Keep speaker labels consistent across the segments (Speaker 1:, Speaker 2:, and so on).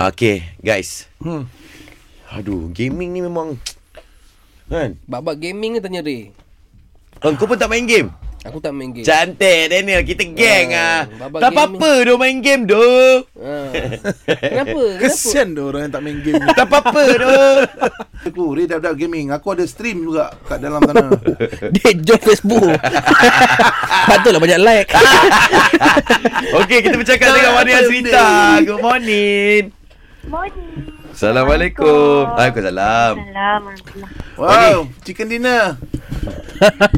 Speaker 1: Okay guys hmm. Aduh gaming ni memang Kan
Speaker 2: Bab-bab gaming ni tanya Ray
Speaker 1: Kan kau pun tak main game
Speaker 2: Aku tak main game
Speaker 1: Cantik Daniel Kita geng ah.
Speaker 2: Ah, babak
Speaker 1: Tak
Speaker 2: gaming.
Speaker 1: apa-apa Dia main game doh
Speaker 2: ha. Kenapa? Kenapa?
Speaker 3: Kesian dia orang yang tak main game ni.
Speaker 1: Tak apa-apa doh
Speaker 3: Aku Ray Dab Dab Gaming. Aku ada stream juga kat dalam sana.
Speaker 2: Dia join Facebook Patutlah banyak like
Speaker 1: Okay kita bercakap dengan Wani Azrita Good morning
Speaker 4: Morning.
Speaker 1: Assalamualaikum Waalaikumsalam
Speaker 4: Assalamualaikum.
Speaker 3: Wow, chicken dinner.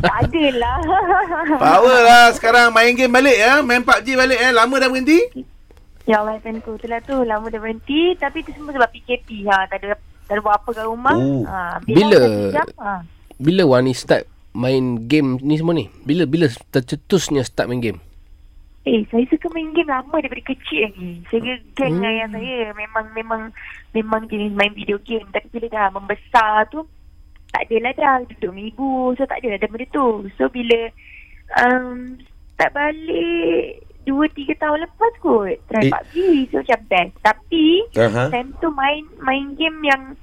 Speaker 4: Tak ada lah.
Speaker 3: Power lah sekarang main game balik ya. Main PUBG balik eh. Lama dah berhenti.
Speaker 4: ya Allah, penku. Itulah tu. Lama dah berhenti. Tapi itu semua sebab PKP. Ha, tak ada, tak ada buat apa kat rumah.
Speaker 1: Oh.
Speaker 4: Ha, ambil
Speaker 2: Bila?
Speaker 4: lah satu jam, Ha.
Speaker 2: Bila Wani start main game ni semua ni? Bila bila tercetusnya start main game?
Speaker 4: Eh, saya suka main game lama daripada kecil lagi. Saya geng hmm. ayah saya. Memang, memang, memang jenis main video game. Tapi bila dah membesar tu, tak adalah dah duduk minggu. So, tak adalah dah benda tu. So, bila um, tak balik 2-3 tahun lepas kot.
Speaker 1: Eh.
Speaker 4: Try PUBG. So, macam best. Tapi,
Speaker 1: Aha.
Speaker 4: Time tu main main game yang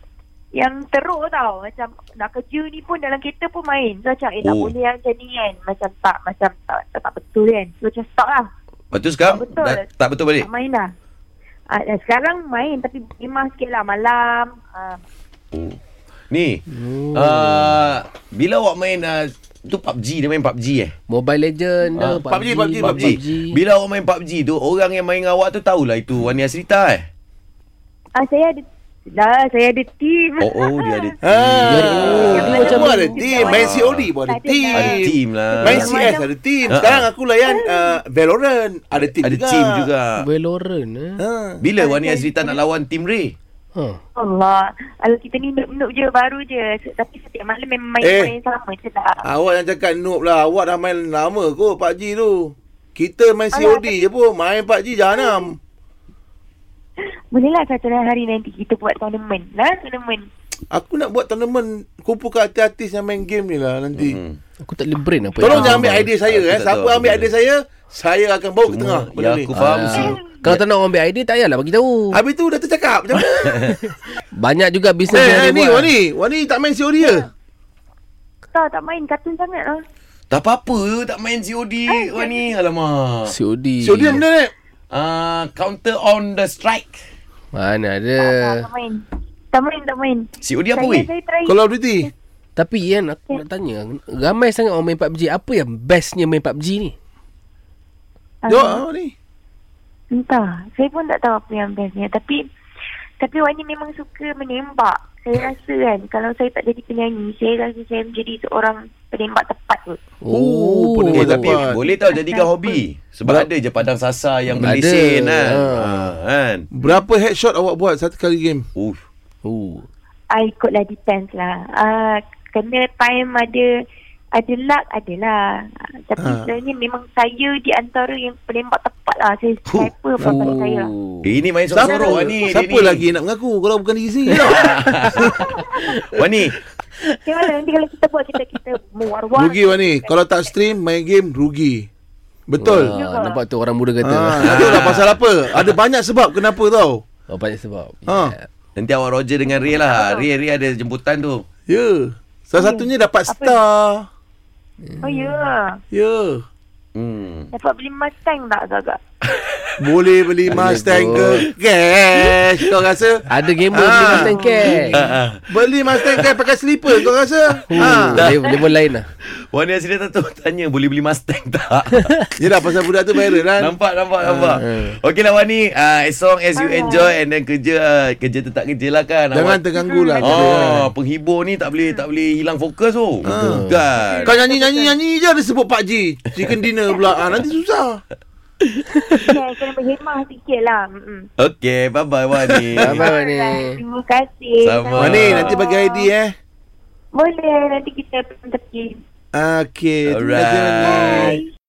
Speaker 4: yang teruk tau. Macam nak kerja ni pun dalam kereta pun main. So macam eh tak
Speaker 1: Oh.
Speaker 4: boleh yang macam ni kan. Macam tak macam tak, tak, tak betul kan. So macam stop lah.
Speaker 1: Lepas tu sekarang
Speaker 4: Tak betul.
Speaker 1: dah- Tak betul balik
Speaker 4: Tak main lah. Ah, dan sekarang main tapi memang sikit lah malam. Ah,
Speaker 1: Oh. Ni uh, Bila awak main uh, Tu PUBG Dia main PUBG eh
Speaker 2: Mobile Legend
Speaker 1: Ah,
Speaker 2: ke,
Speaker 3: PUBG, PUBG,
Speaker 1: PUBG. Bila awak main PUBG tu Orang yang main dengan awak tu Tahulah itu Wani Asrita eh
Speaker 4: ah saya ada Dah, saya ada team.
Speaker 1: Oh oh dia ada
Speaker 3: Ha.
Speaker 2: Oh,
Speaker 3: Dia
Speaker 2: macam
Speaker 3: pun
Speaker 2: tu.
Speaker 3: ada team. Main COD pun ada
Speaker 4: Tak ada
Speaker 3: team.
Speaker 1: Ada team lah
Speaker 3: Eh. Main
Speaker 4: Ah.
Speaker 3: CS ada team.
Speaker 1: Ah.
Speaker 3: Sekarang aku layan uh, Valorant. Ada team
Speaker 1: Ada
Speaker 3: juga.
Speaker 1: team juga
Speaker 2: Valorant eh?
Speaker 3: Ha.
Speaker 1: Bila Wani Asrita nak lawan Team Ray
Speaker 2: Ha.
Speaker 4: Allah. Alah, kita ni noob-noob je baru je. So, tapi setiap malam memang main
Speaker 3: Eh.
Speaker 4: eh. yang sama je tak.
Speaker 3: Awak yang cakap noob lah. Awak dah main lama kot PUBG tu. Kita main COD je pun. Main PUBG jahanam.
Speaker 4: Bolehlah lah satu hari nanti kita buat tournament. Lah, tournament.
Speaker 3: Aku nak buat tournament kumpulkan artis-artis yang main game ni lah nanti.
Speaker 1: Hmm.
Speaker 2: Aku tak boleh brain apa Ah.
Speaker 3: Tolong
Speaker 2: yang
Speaker 3: jangan
Speaker 2: aku
Speaker 3: ambil idea saya
Speaker 1: Aku
Speaker 3: eh.
Speaker 1: tak
Speaker 3: Siapa
Speaker 1: tahu.
Speaker 3: ambil idea saya, saya akan bawa ke
Speaker 1: Cuma
Speaker 3: tengah benda
Speaker 1: yang
Speaker 3: ni.
Speaker 1: aku faham
Speaker 2: Ah.
Speaker 1: si
Speaker 2: Kalau tak nak orang ambil idea tak payahlah bagi tahu.
Speaker 3: Habis tu dah tercakap macam mana?
Speaker 2: Banyak juga bisnes
Speaker 3: eh, eh,
Speaker 2: yang dia
Speaker 3: ni
Speaker 2: buat.
Speaker 3: Wani, Wani tak main COD ke?
Speaker 4: Tak, tak main kartun sangat lah.
Speaker 1: Tak apa-apa Tak main COD
Speaker 3: Eh,
Speaker 1: Wani Alamak
Speaker 2: COD.
Speaker 3: COD yang eh? benda ni?
Speaker 1: Ah, Counter on the strike
Speaker 2: Mana ada.
Speaker 3: Ya.
Speaker 4: Tak, tak main. Tak main, tak main.
Speaker 1: COD apa
Speaker 4: Saya,
Speaker 1: weh
Speaker 4: saya try.
Speaker 3: Call of Duty.
Speaker 2: Tapi Ian aku nak tanya, ramai sangat orang main PUBG. Apa yang bestnya main PUBG ni?
Speaker 4: Ah,
Speaker 3: Jawab ah, Wani.
Speaker 4: Entah. Saya pun tak tahu apa yang bestnya. Tapi, tapi Wani memang suka menembak. Saya rasa kan, kalau saya tak jadi penyanyi, saya rasa saya menjadi seorang penembak tepat kot.
Speaker 3: Oh, boleh
Speaker 1: Eh,
Speaker 3: Boleh
Speaker 1: tapi
Speaker 3: dapat.
Speaker 1: boleh tau jadikan hobi Sebab ada je padang sasa yang
Speaker 2: Ada.
Speaker 1: berlesen kan.
Speaker 2: Ah.
Speaker 1: Ah, kan.
Speaker 3: Berapa headshot awak buat satu kali game?
Speaker 1: Uh,
Speaker 2: Oh.
Speaker 4: Ah, ikutlah depends lah. Ah, kena time ada ada luck adalah Ah, tapi
Speaker 3: Ah.
Speaker 4: sebenarnya memang saya di antara yang penembak tepat lah saya
Speaker 1: Huh.
Speaker 4: sniper pun
Speaker 3: Oh.
Speaker 4: saya lah
Speaker 1: Eh, ini main sorok-sorok ni.
Speaker 3: siapa
Speaker 1: dia ni.
Speaker 3: lagi nak mengaku kalau bukan diri sendiri? tau?
Speaker 1: Wani.
Speaker 4: Macam mana nanti kalau kita buat kita kita mewar-war.
Speaker 3: rugi Wani. Kalau tak stream, main game, rugi. Betul.
Speaker 2: Wah, Ah, nampak tu orang muda kata.
Speaker 3: Ah, tak tahu lah pasal apa. Ada banyak sebab kenapa tau.
Speaker 2: Oh, banyak sebab.
Speaker 3: Ah.
Speaker 2: Yeah.
Speaker 1: Nanti awak Roger dengan Ria lah. Ria, Ria ada jemputan tu.
Speaker 3: Ya. Salah satunya dapat star.
Speaker 4: Oh ya. Yeah.
Speaker 3: Ya.
Speaker 1: Hmm.
Speaker 4: Dapat beli Mustang tak agak-agak?
Speaker 3: Boleh beli Mustang ke cash. Kau rasa
Speaker 2: Ada gamer ah. beli
Speaker 3: Ah.
Speaker 2: Mustang Cash.
Speaker 3: beli Mustang cash pakai slipper kau rasa?
Speaker 1: Hmm.
Speaker 2: Ah.
Speaker 3: Ha.
Speaker 2: Level, level lain lah.
Speaker 1: Wani Asli tu tanya boleh beli Mustang tak?
Speaker 3: Ya dah pasal budak tu viral kan.
Speaker 1: nampak, nampak, nampak. Okey lah Wani. ah, as long as you enjoy and then kerja, ah, kerja tetap kerja lah kan.
Speaker 3: Jangan
Speaker 1: Awak-
Speaker 3: terganggu lah.
Speaker 1: Oh, penghibur ni tak boleh tak boleh hilang fokus tu. Kan.
Speaker 3: Ah. Kau nyanyi-nyanyi-nyanyi je dia sebut Pak Ji. Chicken dinner pula. Ha, nanti susah.
Speaker 4: Saya kena berhemah sikit lah. Mm-mm.
Speaker 1: Okey, bye-bye Wani.
Speaker 2: Bye-bye, Wani.
Speaker 4: Terima kasih.
Speaker 1: Sama.
Speaker 3: Mani nanti bagi ID eh.
Speaker 4: Boleh nanti kita pergi.
Speaker 3: Okey. terima kasih, Wani.
Speaker 1: Alright.